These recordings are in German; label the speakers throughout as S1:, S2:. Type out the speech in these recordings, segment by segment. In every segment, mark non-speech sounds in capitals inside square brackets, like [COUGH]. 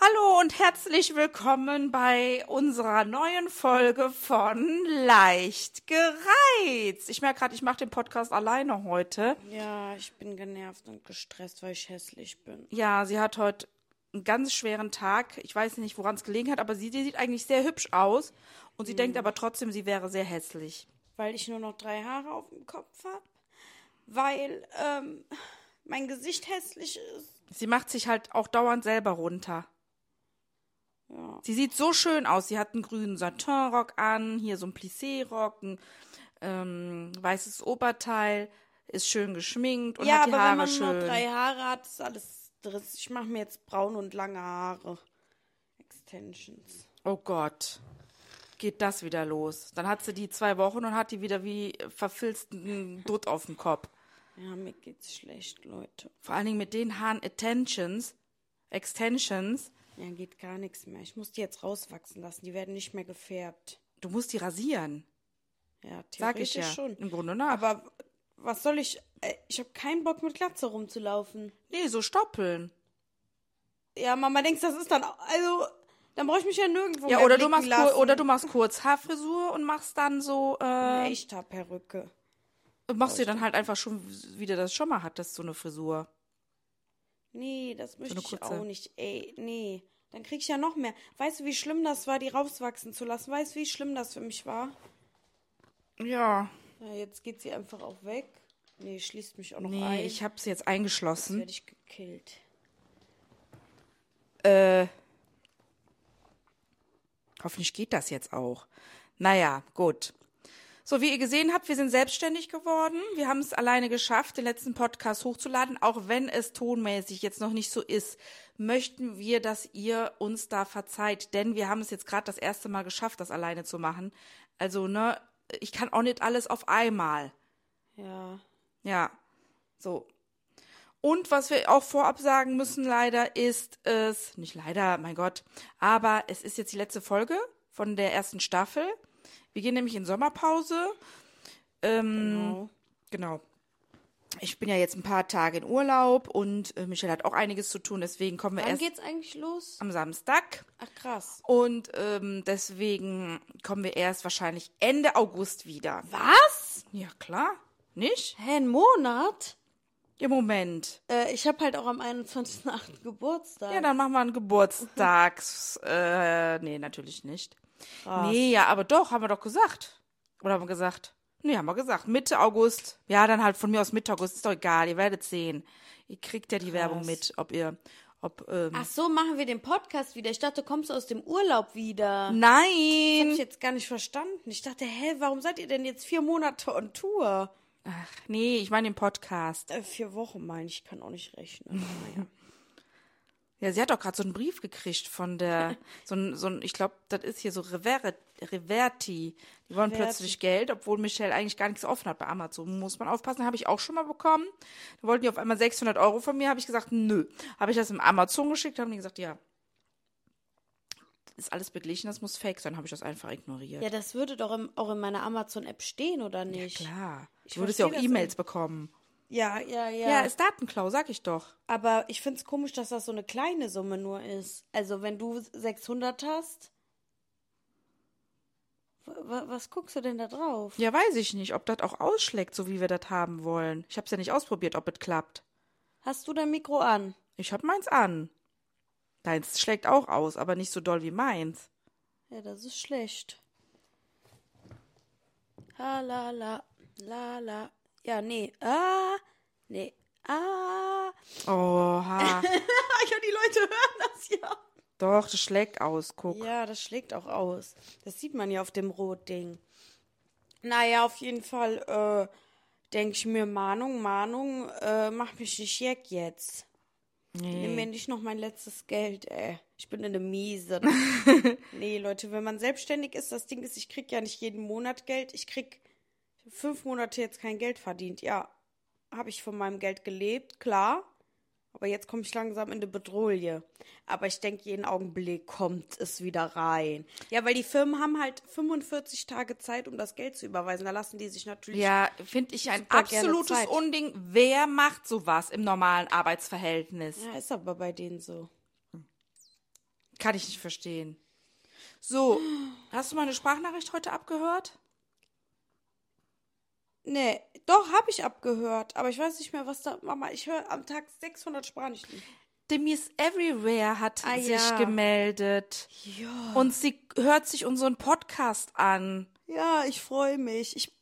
S1: Hallo und herzlich willkommen bei unserer neuen Folge von Leicht gereizt. Ich merke gerade, ich mache den Podcast alleine heute.
S2: Ja, ich bin genervt und gestresst, weil ich hässlich bin.
S1: Ja, sie hat heute einen ganz schweren Tag. Ich weiß nicht, woran es gelegen hat, aber sie sie sieht eigentlich sehr hübsch aus und sie denkt aber trotzdem, sie wäre sehr hässlich.
S2: Weil ich nur noch drei Haare auf dem Kopf habe. Weil ähm, mein Gesicht hässlich ist.
S1: Sie macht sich halt auch dauernd selber runter.
S2: Ja.
S1: Sie sieht so schön aus. Sie hat einen grünen Satinrock an, hier so einen Plissé-Rock, ein ähm, weißes Oberteil, ist schön geschminkt und
S2: ja,
S1: hat die
S2: aber
S1: Haare
S2: wenn man
S1: schön.
S2: nur drei Haare hat, ist alles driss. Ich mache mir jetzt braun und lange Haare. Extensions.
S1: Oh Gott. Geht das wieder los? Dann hat sie die zwei Wochen und hat die wieder wie verfilzten Dutt auf dem Kopf.
S2: Ja, mir geht's schlecht, Leute.
S1: Vor allen Dingen mit den Haaren Attentions, Extensions.
S2: Ja, geht gar nichts mehr. Ich muss die jetzt rauswachsen lassen. Die werden nicht mehr gefärbt.
S1: Du musst die rasieren.
S2: Ja,
S1: Sag ich
S2: theoretisch
S1: ja.
S2: schon.
S1: Im Grunde ne? nach.
S2: Aber was soll ich? äh, Ich habe keinen Bock, mit Glatze rumzulaufen.
S1: nee, so stoppeln.
S2: Ja, Mama, denkst das ist dann, au- also, Oh, dann brauche ich mich ja nirgendwo
S1: Ja,
S2: mehr
S1: oder du,
S2: blicken
S1: machst kur
S2: lassen.
S1: oder du machst kurz Haarfrisur und machst dann so,
S2: Eine
S1: äh,
S2: echte Perücke.
S1: machst dir dann halt einfach schon, wie du das schon mal hattest, so eine Frisur.
S2: Nee, das möchte
S1: eine
S2: ich
S1: kurze.
S2: auch nicht. Ey, nee. Dann krieg ich ja noch mehr. Weißt du, wie schlimm das war, die rauswachsen zu lassen? Weißt du, wie schlimm das für mich war?
S1: Ja.
S2: Ja, jetzt geht sie einfach auch weg. Nee, schließt mich auch noch ein.
S1: Nee, ich hab sie jetzt
S2: Jetzt
S1: eingeschlossen.
S2: werde ich gekillt.
S1: Äh, hoffentlich geht das jetzt auch. Naja, gut. So, wie ihr gesehen habt, wir sind selbstständig geworden. Wir haben es alleine geschafft, den letzten Podcast hochzuladen. Auch wenn es tonmäßig jetzt noch nicht so ist, möchten wir, dass ihr uns da verzeiht. Denn wir haben es jetzt gerade das erste Mal geschafft, das alleine zu machen. Also, ne, ich kann auch nicht alles auf einmal.
S2: Ja.
S1: Ja, so. Und was wir auch vorab sagen müssen, leider ist es, nicht leider, mein Gott, aber es ist jetzt die letzte Folge von der ersten Staffel. Wir gehen nämlich in Sommerpause. Ähm, genau. Ich bin ja jetzt ein paar Tage in Urlaub und äh, Michelle hat auch einiges zu tun, deswegen kommen wir
S2: Wann
S1: erst
S2: geht's eigentlich los?
S1: am Samstag.
S2: Ach, krass.
S1: Und ähm, deswegen kommen wir erst wahrscheinlich Ende August wieder.
S2: Was?
S1: Ja, klar. Nicht?
S2: Hä, ein Monat?
S1: Im Moment.
S2: Äh, ich habe halt auch am 21.8. Geburtstag.
S1: Ja, dann machen wir einen Geburtstags. äh, nee, natürlich nicht. Nee, ja, aber doch, haben wir doch gesagt. Oder haben wir gesagt? Nee, haben wir gesagt. Mitte August. Ja, dann halt von mir aus Mitte August. Ist doch egal, ihr werdet sehen. Ihr kriegt ja die Werbung mit, ob ihr. Ob, ähm,
S2: Ach so, machen wir den Podcast wieder. Ich dachte, du kommst aus dem Urlaub wieder. Das habe
S1: nein!
S2: ich jetzt gar nicht verstanden. Ich dachte, hä, warum seid ihr denn jetzt vier Monate on Tour?
S1: Nee, ich meine den Podcast.
S2: Äh, vier Wochen meine ich, ich kann auch nicht rechnen. Naja. [LAUGHS]
S1: Ja, sie hat doch gerade so einen Brief gekriegt von der. so ein, so ein ich glaube, das ist hier so Revere Reverti. Die wollen plötzlich Geld, obwohl Michelle eigentlich gar nichts offen hat bei Amazon. Muss man aufpassen, habe ich auch schon mal bekommen. Da wollten die auf einmal 600 Euro von mir, habe ich gesagt, nö. Habe ich das im Amazon geschickt, haben die gesagt, ja. Ist alles beglichen, das muss fake sein, habe ich das einfach ignoriert.
S2: [LAUGHS] Ja, das würde doch im, auch in meiner Amazon-App stehen, oder nicht?
S1: Klar.
S2: Ich
S1: du würdest ja auch
S2: verstehe das
S1: E-Mails bekommen.
S2: Ja, ja, ja.
S1: Ja, ist Datenklau, sag ich doch.
S2: Aber ich finde es komisch, dass das so eine kleine Summe nur ist. Also, wenn du 600 hast, wa- wa- was guckst du denn da drauf?
S1: Ja, weiß ich nicht, ob das auch ausschlägt, so wie wir das haben wollen. Ich habe es ja nicht ausprobiert, ob es klappt.
S2: Hast du dein Mikro an?
S1: Ich hab meins an. Deins schlägt auch aus, aber nicht so doll wie meins.
S2: Ja, das ist schlecht. Ha, la, la, la, la. Ja, nee. Ah, nee. Ah.
S1: Oha.
S2: [LAUGHS] ja, die Leute hören das ja.
S1: Doch, das schlägt aus, guck.
S2: Ja, das schlägt auch aus. Das sieht man ja auf dem Rotding. Naja, auf jeden Fall äh, denke ich mir, Mahnung, Mahnung, äh, mach mich nicht jeck jetzt. Nimm mir nicht noch mein letztes Geld, ey. Ich bin eine [LAUGHS] Miese. nee, Leute, wenn man selbstständig ist, das Ding ist, ich krieg ja nicht jeden Monat Geld. Ich krieg fünf Monate jetzt kein Geld verdient. Ja, habe ich von meinem Geld gelebt, klar. Aber jetzt komme ich langsam in die Bedrohung. Aber ich denke, jeden Augenblick kommt es wieder rein. Ja, weil die Firmen haben halt 45 Tage Zeit, um das Geld zu überweisen. Da lassen die sich natürlich.
S1: Ja, finde ich ein
S2: Super gerne Zeit.
S1: Unding. Wer macht sowas im normalen Arbeitsverhältnis?
S2: ja, ist aber bei denen so.
S1: Kann ich nicht verstehen. So, hast du meine Sprachnachricht heute abgehört?
S2: Nee, doch, habe ich abgehört. Aber ich weiß nicht mehr, was da. Mama, ich höre am Tag 600 Sprachnachrichten.
S1: The Miss Everywhere hat
S2: Ah,
S1: sich
S2: ja.
S1: gemeldet. Und sie hört sich unseren Podcast an.
S2: Ja, ich freue mich. Ich,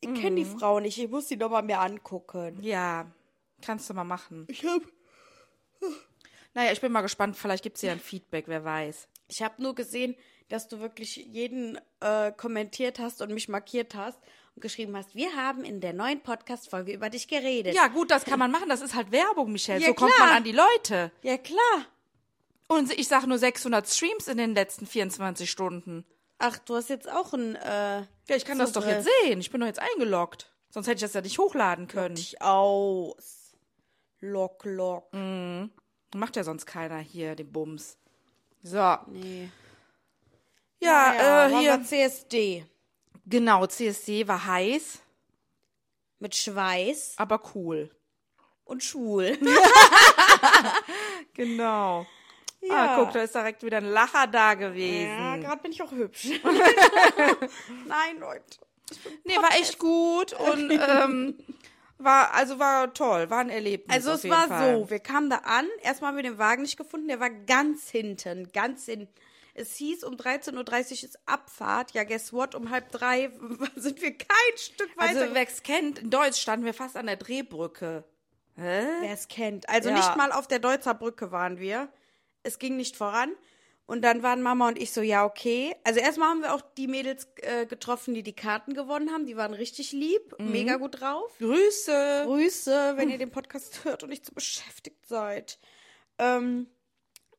S2: ich kenne die Frau nicht. Ich muss die nochmal mir angucken.
S1: Ja, kannst du mal machen.
S2: Ich habe
S1: Naja, ich bin mal gespannt. Vielleicht gibt es ja ein Feedback, wer weiß.
S2: Ich habe nur gesehen, dass du wirklich jeden äh, kommentiert hast und mich markiert hast und geschrieben hast, wir haben in der neuen Podcast-Folge über dich geredet.
S1: Ja, gut, das kann man machen. Das ist halt Werbung, Michelle.
S2: Äh. Ja,
S1: so kommt man
S2: klar.
S1: an die Leute.
S2: ja klar.
S1: Und ich sage nur 600 Streams in den letzten 24 Stunden.
S2: Ach, du hast jetzt auch ein... Äh,
S1: Ja, ich kann das doch jetzt sehen. Ich bin doch jetzt eingeloggt. Sonst hätte ich das ja nicht hochladen können.
S2: Dich aus. Lock, lock.
S1: Macht ja sonst keiner hier den Bums. So.
S2: Nee.
S1: Ja,
S2: Naja,
S1: äh,
S2: waren
S1: hier.
S2: Ah wir CSD.
S1: Genau, CSD war heiß,
S2: Mit Schweiß
S1: aber cool.
S2: und [LAUGHS] schwul.
S1: Genau. Ah, guck, da ist direkt wieder ein Lacher da gewesen.
S2: ja, gerade bin ich auch hübsch. [LAUGHS] Nein, Leute.
S1: Nee, war echt gut und [LAUGHS] ähm, war, also war toll, war ein Erlebnis.
S2: Also
S1: auf
S2: es
S1: jeden
S2: war
S1: Fall.
S2: so, wir kamen da an, erstmal haben wir den Wagen nicht gefunden, der war ganz hinten, ganz hinten. Es hieß, um 13.30 Uhr ist Abfahrt. Ja, guess what? Um halb drei [LAUGHS] sind wir kein Stück weiter.
S1: Also, wer es kennt, in Deutsch standen wir fast an der Drehbrücke.
S2: wer es kennt. Also
S1: Ja.
S2: nicht mal auf der Deutzer Brücke waren wir. Es ging nicht voran. Und dann waren Mama und ich so, ja, okay. Also erstmal haben wir auch die Mädels äh, getroffen, die die Karten gewonnen haben. Die waren richtig lieb, mega gut drauf.
S1: Grüße.
S2: Grüße,
S1: Hm.
S2: wenn ihr den Podcast hört und nicht so beschäftigt seid. Ähm,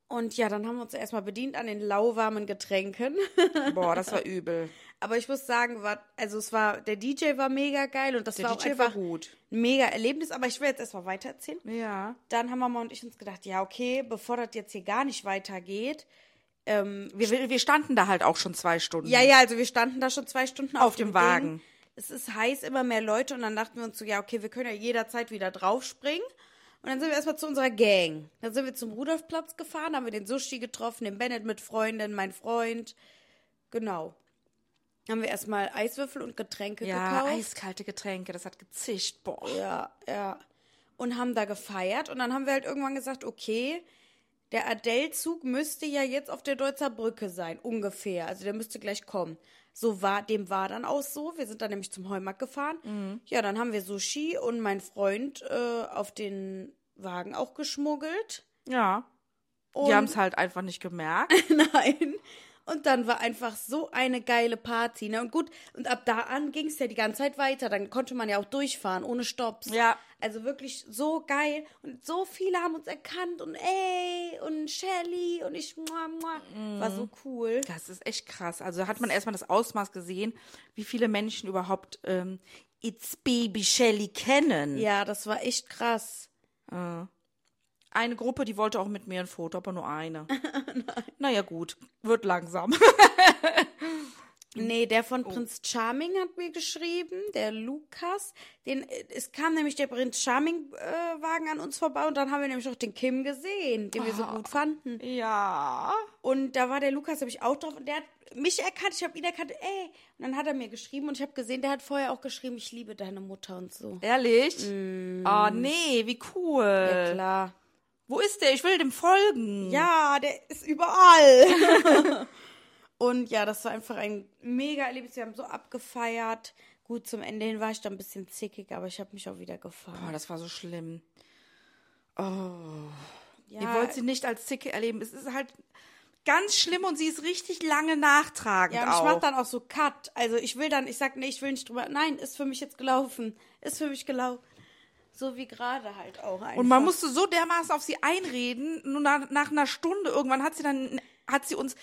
S2: und ja, dann haben wir uns erstmal bedient an den lauwarmen Getränken. [LAUGHS]
S1: Boah, das war übel.
S2: Aber ich muss sagen, war, also es war, der DJ war mega geil und das
S1: Der
S2: war auch
S1: DJ war
S2: einfach
S1: gut.
S2: ein mega Erlebnis. Aber ich will jetzt erstmal weitererzählen.
S1: Ja.
S2: Dann haben Mama und ich uns gedacht, ja, okay, bevor das jetzt hier gar nicht weitergeht. ähm,
S1: Wir, wir wir standen da halt auch schon zwei Stunden.
S2: Ja, ja, also wir standen da schon zwei Stunden auf,
S1: Auf dem Wagen.
S2: Ding. Es ist heiß, immer mehr Leute und dann dachten wir uns so, ja, okay, wir können ja jederzeit wieder draufspringen. Und dann sind wir erstmal zu unserer Gang. Dann sind wir zum Rudolfplatz gefahren, haben wir den Sushi getroffen, den Bennett mit Freundin, mein Freund. Genau. Haben wir erstmal Eiswürfel und Getränke
S1: Ja,
S2: gekauft.
S1: eiskalte Getränke, das hat gezischt. Boah.
S2: Ja, ja. Und haben da gefeiert. Und dann haben wir halt irgendwann gesagt, okay, der Adele-Zug müsste ja jetzt auf der Deutzer Brücke sein, ungefähr. Also der müsste gleich kommen. So war, dem war dann auch so. Wir sind dann nämlich zum Heumarkt gefahren. Ja, dann haben wir Sushi und mein Freund äh, auf den Wagen auch geschmuggelt.
S1: Ja. [LAUGHS]
S2: Und
S1: Die haben es halt einfach nicht gemerkt.
S2: Nein. Und dann war einfach so eine geile Party. Ne? Und gut, und ab da an ging es ja die ganze Zeit weiter. Dann konnte man ja auch durchfahren, ohne Stopps.
S1: Ja.
S2: Also wirklich so geil. Und so viele haben uns erkannt. Und ey, und Shelly und ich. Mua, mua. War so cool.
S1: Das ist echt krass. Also hat man erstmal das Ausmaß gesehen, wie viele Menschen überhaupt ähm, It's Baby Shelly kennen.
S2: Ja, das war echt krass.
S1: Eine Gruppe, die wollte auch mit mir ein Foto, aber nur [LAUGHS] eine. naja, gut. Wird [LAUGHS] langsam.
S2: Nee, der von Prinz Charming hat mir geschrieben, der Lukas. Den, äh, es kam nämlich der Prinz Charming-Wagen an uns vorbei und dann haben wir nämlich auch den Kim gesehen, den wir so gut fanden.
S1: ja.
S2: Und da war der Lukas nämlich auch drauf und der hat mich erkannt, ich habe ihn erkannt, ey. Und dann hat er mir geschrieben und ich habe gesehen, der hat vorher auch geschrieben, ich liebe deine Mutter und so.
S1: Äh. Ehrlich? Oh nee, wie cool.
S2: Ja, klar.
S1: Wo ist der? Ich will dem folgen.
S2: Ja, der ist überall.
S1: [LAUGHS]
S2: und ja, das war einfach ein mega Erlebnis. Wir haben so abgefeiert. Gut, zum Ende hin war ich dann ein bisschen zickig, aber ich habe mich auch wieder
S1: Oh,
S2: gefahren.
S1: das war so schlimm.
S2: Ja,
S1: Ihr wollt sie nicht als Zicke erleben. Es ist halt ganz schlimm und sie ist richtig lange nachtragend
S2: Ja, und
S1: auch.
S2: ich mach dann auch so Cut. Also ich will dann, ich sag, nee, ich will nicht drüber. Nein, ist für mich jetzt gelaufen. Ist für mich gelaufen. So wie gerade halt auch einfach.
S1: und man musste so dermaßen auf sie einreden. Nur nach, nach einer Stunde irgendwann hat sie dann hat sie uns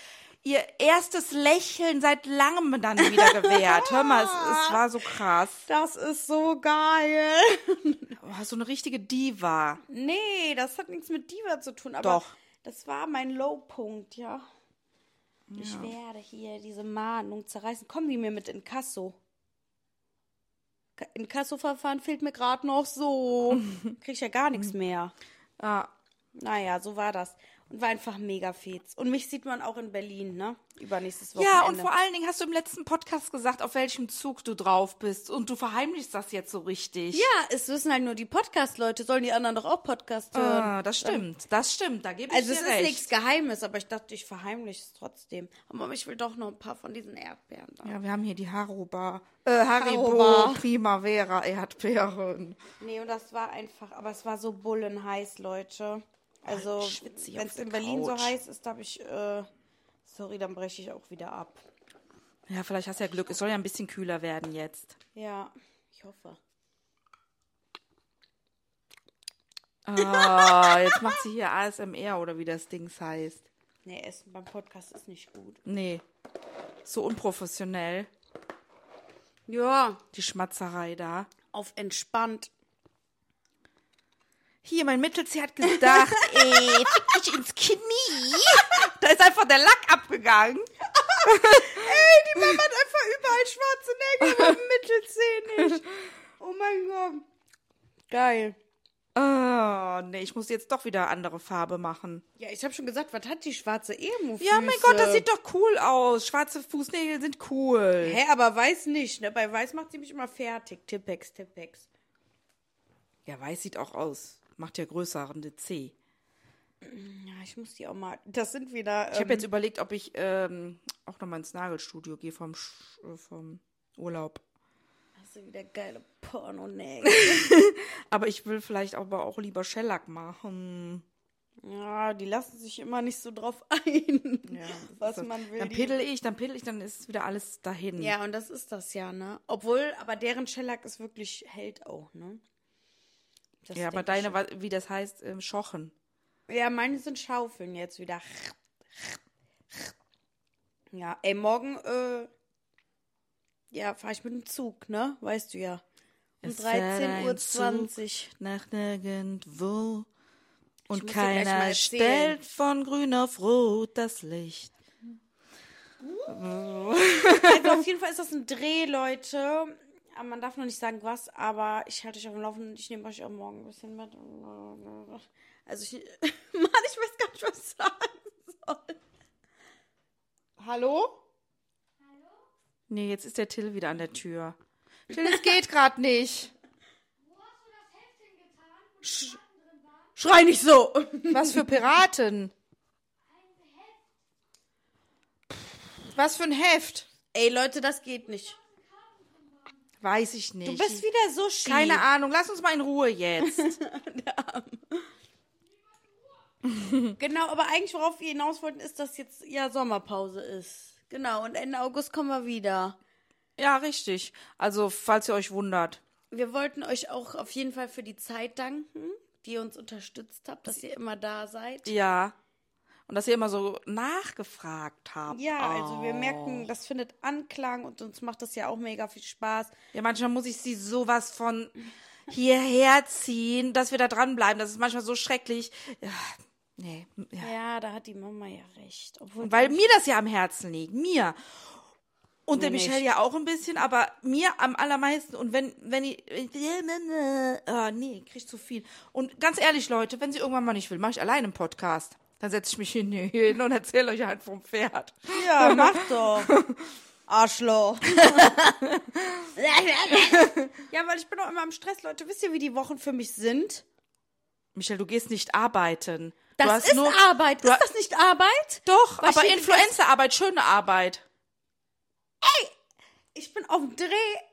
S1: ihr erstes Lächeln seit langem dann wieder [LAUGHS] gewährt. Hör mal, es, es war so krass.
S2: Das ist so geil.
S1: Oh, so eine richtige Diva.
S2: nee, das hat nichts mit Diva zu tun, aber
S1: Doch.
S2: das war mein Lowpunkt, ja. Ich werde hier diese Mahnung zerreißen. Kommen die mir mit in Kasso? In Kasso-Verfahren fehlt mir gerade noch so. [LAUGHS] Krieg ich ja gar nichts mehr.
S1: Ja.
S2: Naja, so war das. Und war einfach mega fetz. Und mich sieht man auch in Berlin, ne? Übernächstes Wochenende.
S1: Ja, und vor allen Dingen hast du im letzten Podcast gesagt, auf welchem Zug du drauf bist. Und du verheimlichst das jetzt so richtig.
S2: Ja, es wissen halt nur die Podcast-Leute. Sollen die anderen doch auch Podcast hören?
S1: Ah, das stimmt, das stimmt, da gebe ich
S2: also,
S1: dir
S2: es ist
S1: recht.
S2: nichts Geheimes, aber ich dachte, ich verheimliche es trotzdem. Aber ich will doch noch ein paar von diesen Erdbeeren da.
S1: Ja, wir haben hier die Haruba, äh, Haribo
S2: Haruba.
S1: Primavera Erdbeeren.
S2: Nee, und das war einfach, aber es war so bullenheiß, Leute. Also,
S1: schwitze ich
S2: wenn
S1: auf
S2: es
S1: der
S2: in Berlin
S1: Couch.
S2: so heiß ist, habe ich, äh, sorry, dann breche ich auch wieder ab.
S1: Ja, vielleicht hast du ja Glück, es soll ja ein bisschen kühler werden jetzt.
S2: Ja, ich hoffe.
S1: Ah, [LAUGHS] jetzt macht sie hier ASMR oder wie das Ding heißt.
S2: Nee, Essen beim Podcast ist nicht gut.
S1: Nee, so unprofessionell,
S2: Ja,
S1: die Schmatzerei da.
S2: auf entspannt.
S1: Hier, mein Mittelzeh hat [LAUGHS] gedacht, ey, fick dich ins Knie. [LAUGHS] Da ist einfach der Lack [LAUGHS] abgegangen.
S2: Die Mama hat einfach überall schwarze Nägel beim Mittelzeh [LAUGHS] nicht. Oh mein Gott. Geil.
S1: Oh, nee, ich muss jetzt doch wieder andere Farbe machen.
S2: Ja, ich habe schon gesagt, was hat die schwarze emu
S1: Ja, mein Gott, das sieht doch cool aus. Schwarze Fußnägel sind cool.
S2: Hä, aber weiß nicht, ne? Bei weiß macht sie mich immer fertig. Tippex, Tippex.
S1: Ja, weiß sieht auch aus. Macht ja größeren C.
S2: Ja, ich muss die auch mal. Das sind wieder. ähm,
S1: Ich habe jetzt überlegt, ob ich ähm, auch nochmal ins Nagelstudio gehe vom, Sch- äh, vom Urlaub.
S2: Das sind wieder geile Porno-Nägel. [LAUGHS]
S1: Aber ich will vielleicht aber auch lieber Shellack machen.
S2: ja, die lassen sich immer nicht so drauf ein, was
S1: So,
S2: man will.
S1: Dann
S2: die-
S1: pedel ich, dann pedel ich, dann ist wieder alles dahin.
S2: Ja, und das ist das ja, ne? Obwohl, aber deren Shellac ist wirklich hält auch, ne? Das
S1: ja aber
S2: denk ich
S1: deine, wa- wie das heißt, ähm, Schochen.
S2: Ja, meine sind Schaufeln jetzt wieder. Ja, ey, morgen, äh, ja, fahre ich mit dem Zug, ne? Weißt du ja. Um
S1: Es fährt ein
S2: 13.20 Uhr.
S1: Nach nirgendwo.
S2: Ich
S1: Und
S2: muss dir gleich mal
S1: keiner
S2: erzählen.
S1: stellt von grün auf rot das Licht.
S2: Also auf jeden Fall ist das ein Dreh, Leute. Aber man darf noch nicht sagen, was, aber ich halte euch auf dem Laufenden. Ich nehme euch auch morgen ein bisschen mit. Also ich. [LAUGHS] Mann, ich weiß gar nicht, was ich sagen soll. Hallo?
S1: Nee, jetzt ist der Till wieder an der Tür. Till, es geht gerade nicht.
S2: Schrei nicht so!
S1: Was für Piraten? Was für ein Heft?
S2: Ey, Leute, das geht nicht.
S1: Weiß ich nicht.
S2: Du bist wieder so
S1: [LAUGHS]
S2: schief.
S1: Keine Ahnung, lass uns mal in Ruhe jetzt.
S2: Genau, aber eigentlich, worauf wir hinaus wollten, ist, dass jetzt ja Sommerpause ist. Genau, und Ende August kommen wir wieder.
S1: Ja, richtig. Also, falls ihr euch wundert.
S2: Wir wollten euch auch auf jeden Fall für die Zeit danken, die ihr uns unterstützt habt, dass ihr immer da seid.
S1: Ja. Und dass ihr immer so nachgefragt habt. Oh.
S2: Ja, also wir merken, das findet Anklang und uns macht das ja auch mega viel Spaß.
S1: Ja, manchmal muss ich sie sowas von hierher ziehen, dass wir da dranbleiben. Das ist manchmal so schrecklich. Ja, nee. Ja.
S2: Ja, da hat die Mama ja recht. Obwohl
S1: Und weil mir das ja am Herzen liegt, mir. Und der Michelle ja auch ein bisschen, aber mir am allermeisten. Und wenn, wenn ich, äh, oh, nee, krieg zu viel. Und ganz ehrlich, Leute, wenn sie irgendwann mal nicht will, mache ich alleine einen Podcast. Dann setze ich mich hin, hier hin [LAUGHS] und erzähle euch halt vom Pferd.
S2: [LAUGHS] ja, mach doch. [LAUGHS] Arschloch. ja, weil ich bin auch immer im Stress, Leute. Wisst ihr, wie die Wochen für mich sind?
S1: Michelle, du gehst nicht arbeiten.
S2: Das
S1: du hast
S2: ist
S1: nur,
S2: Arbeit.
S1: du
S2: Ist
S1: hast-
S2: das nicht Arbeit?
S1: Doch,
S2: Was
S1: aber
S2: steht-
S1: Influencer-Arbeit, schöne Arbeit.
S2: Ich bin auf dem Dreh,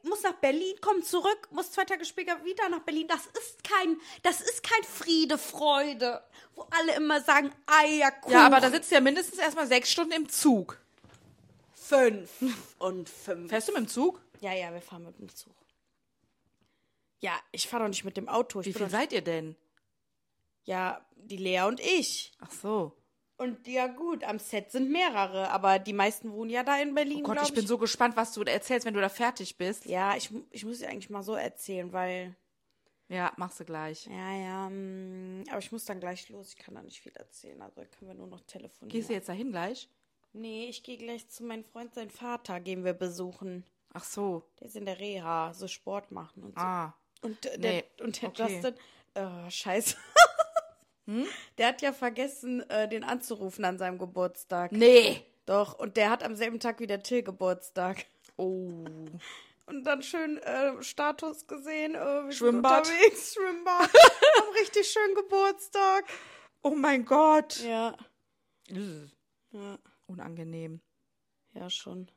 S2: muss nach Berlin, komm zurück, muss zwei Tage später wieder nach Berlin. Das ist kein, das ist kein Friede, Freude, wo alle immer sagen, Eierkuchen.
S1: Ja, aber da sitzt du ja mindestens erstmal sechs Stunden im Zug.
S2: fünf und fünf.
S1: Fährst du mit dem Zug?
S2: Ja, ja, wir fahren mit dem Zug. Ja, ich fahre doch nicht mit dem Auto. Ich
S1: Wie
S2: bin
S1: viel
S2: doch-
S1: seid ihr denn?
S2: Ja, die Lea und ich.
S1: Ach so.
S2: Und ja gut, am Set sind mehrere, aber die meisten wohnen ja da in Berlin,
S1: Oh Gott,
S2: glaub
S1: ich bin so gespannt, was du erzählst, wenn du da fertig bist.
S2: Ja, ich, mu- ich muss sie eigentlich mal so erzählen, weil
S1: Ja, machst du gleich.
S2: Ja, ja, mm, aber ich muss dann gleich los. Ich kann da nicht viel erzählen, also können wir nur noch telefonieren.
S1: Gehst du jetzt dahin gleich?
S2: Nee, ich gehe gleich zu meinem Freund, seinen Vater, gehen wir besuchen.
S1: Ach so.
S2: Der ist in der Reha, so Sport machen und so.
S1: Ah.
S2: und äh, der,
S1: nee,
S2: und der
S1: okay. Hm?
S2: Justin, äh, scheiße. Der hat ja vergessen, äh, den anzurufen an seinem Geburtstag.
S1: Nee.
S2: Doch, und der hat am selben Tag wie der Till Geburtstag.
S1: Oh.
S2: Und dann schön äh, Status gesehen. Äh, wir sind
S1: Schwimmbad.
S2: Unterwegs, [LAUGHS] Schwimmbad. Haben richtig schönen Geburtstag.
S1: Oh mein Gott.
S2: Ja.
S1: Ja. Unangenehm.
S2: Ja, schon.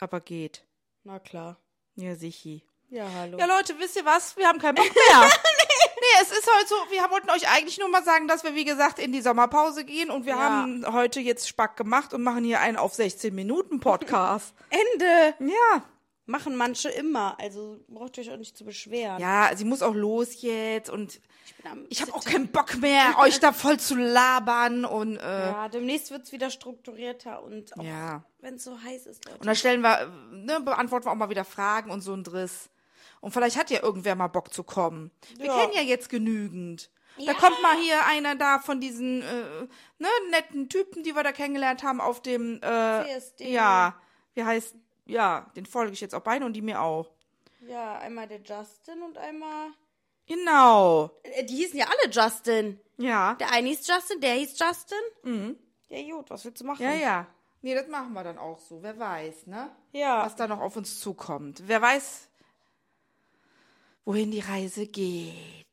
S1: Aber geht.
S2: Na klar.
S1: Ja, sichi.
S2: Ja, hallo.
S1: Ja, Leute, wisst ihr was? Wir haben keinen Bock mehr. Nee, es ist heute so, wir wollten euch eigentlich nur mal sagen, dass wir, wie gesagt, in die Sommerpause gehen und wir
S2: Ja.
S1: haben heute jetzt Spack gemacht und machen hier einen auf 16 Minuten Podcast.
S2: Ende!
S1: ja.
S2: Machen manche immer, also braucht ihr euch auch nicht zu beschweren.
S1: Ja, sie muss auch los jetzt und
S2: am
S1: ich habe auch keinen Bock mehr, euch da voll zu labern und äh,
S2: Ja, demnächst wird es wieder strukturierter und auch
S1: Ja.
S2: wenn es so heiß ist, Leute.
S1: und da stellen wir, äh, ne, beantworten wir auch mal wieder Fragen und so ein Driss. Und vielleicht hat ja irgendwer mal Bock zu kommen. Wir kennen ja jetzt genügend. Da kommt mal hier einer da von diesen äh, ne, netten Typen, die wir da kennengelernt haben auf dem äh,
S2: CSD.
S1: Ja, wie heißt ja, den folge ich jetzt auch beide und die mir auch.
S2: ja, einmal der Justin und einmal.
S1: Genau.
S2: Äh, die hießen ja alle Justin.
S1: Ja.
S2: Der eine hieß Justin, der hieß Justin. Mhm. Ja, gut, was willst du machen?
S1: Ja, ja. Nee, das machen wir dann auch so. Wer weiß, ne?
S2: Ja.
S1: Was da noch auf uns zukommt. Wer weiß, wohin die Reise geht.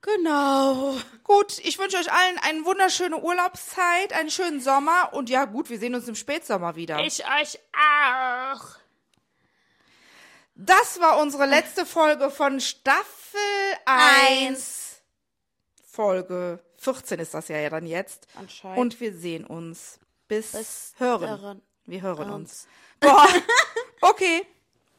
S2: Genau.
S1: Gut, ich wünsche euch allen eine wunderschöne Urlaubszeit, einen schönen Sommer und ja, gut, wir sehen uns im Spätsommer wieder.
S2: Ich euch auch.
S1: das war unsere letzte Folge von Staffel 1. Folge 14 ist das ja dann jetzt.
S2: Anscheinend.
S1: Und wir sehen uns. Bis, hören.
S2: hören.
S1: Wir hören uns. [LAUGHS] Boah. Okay.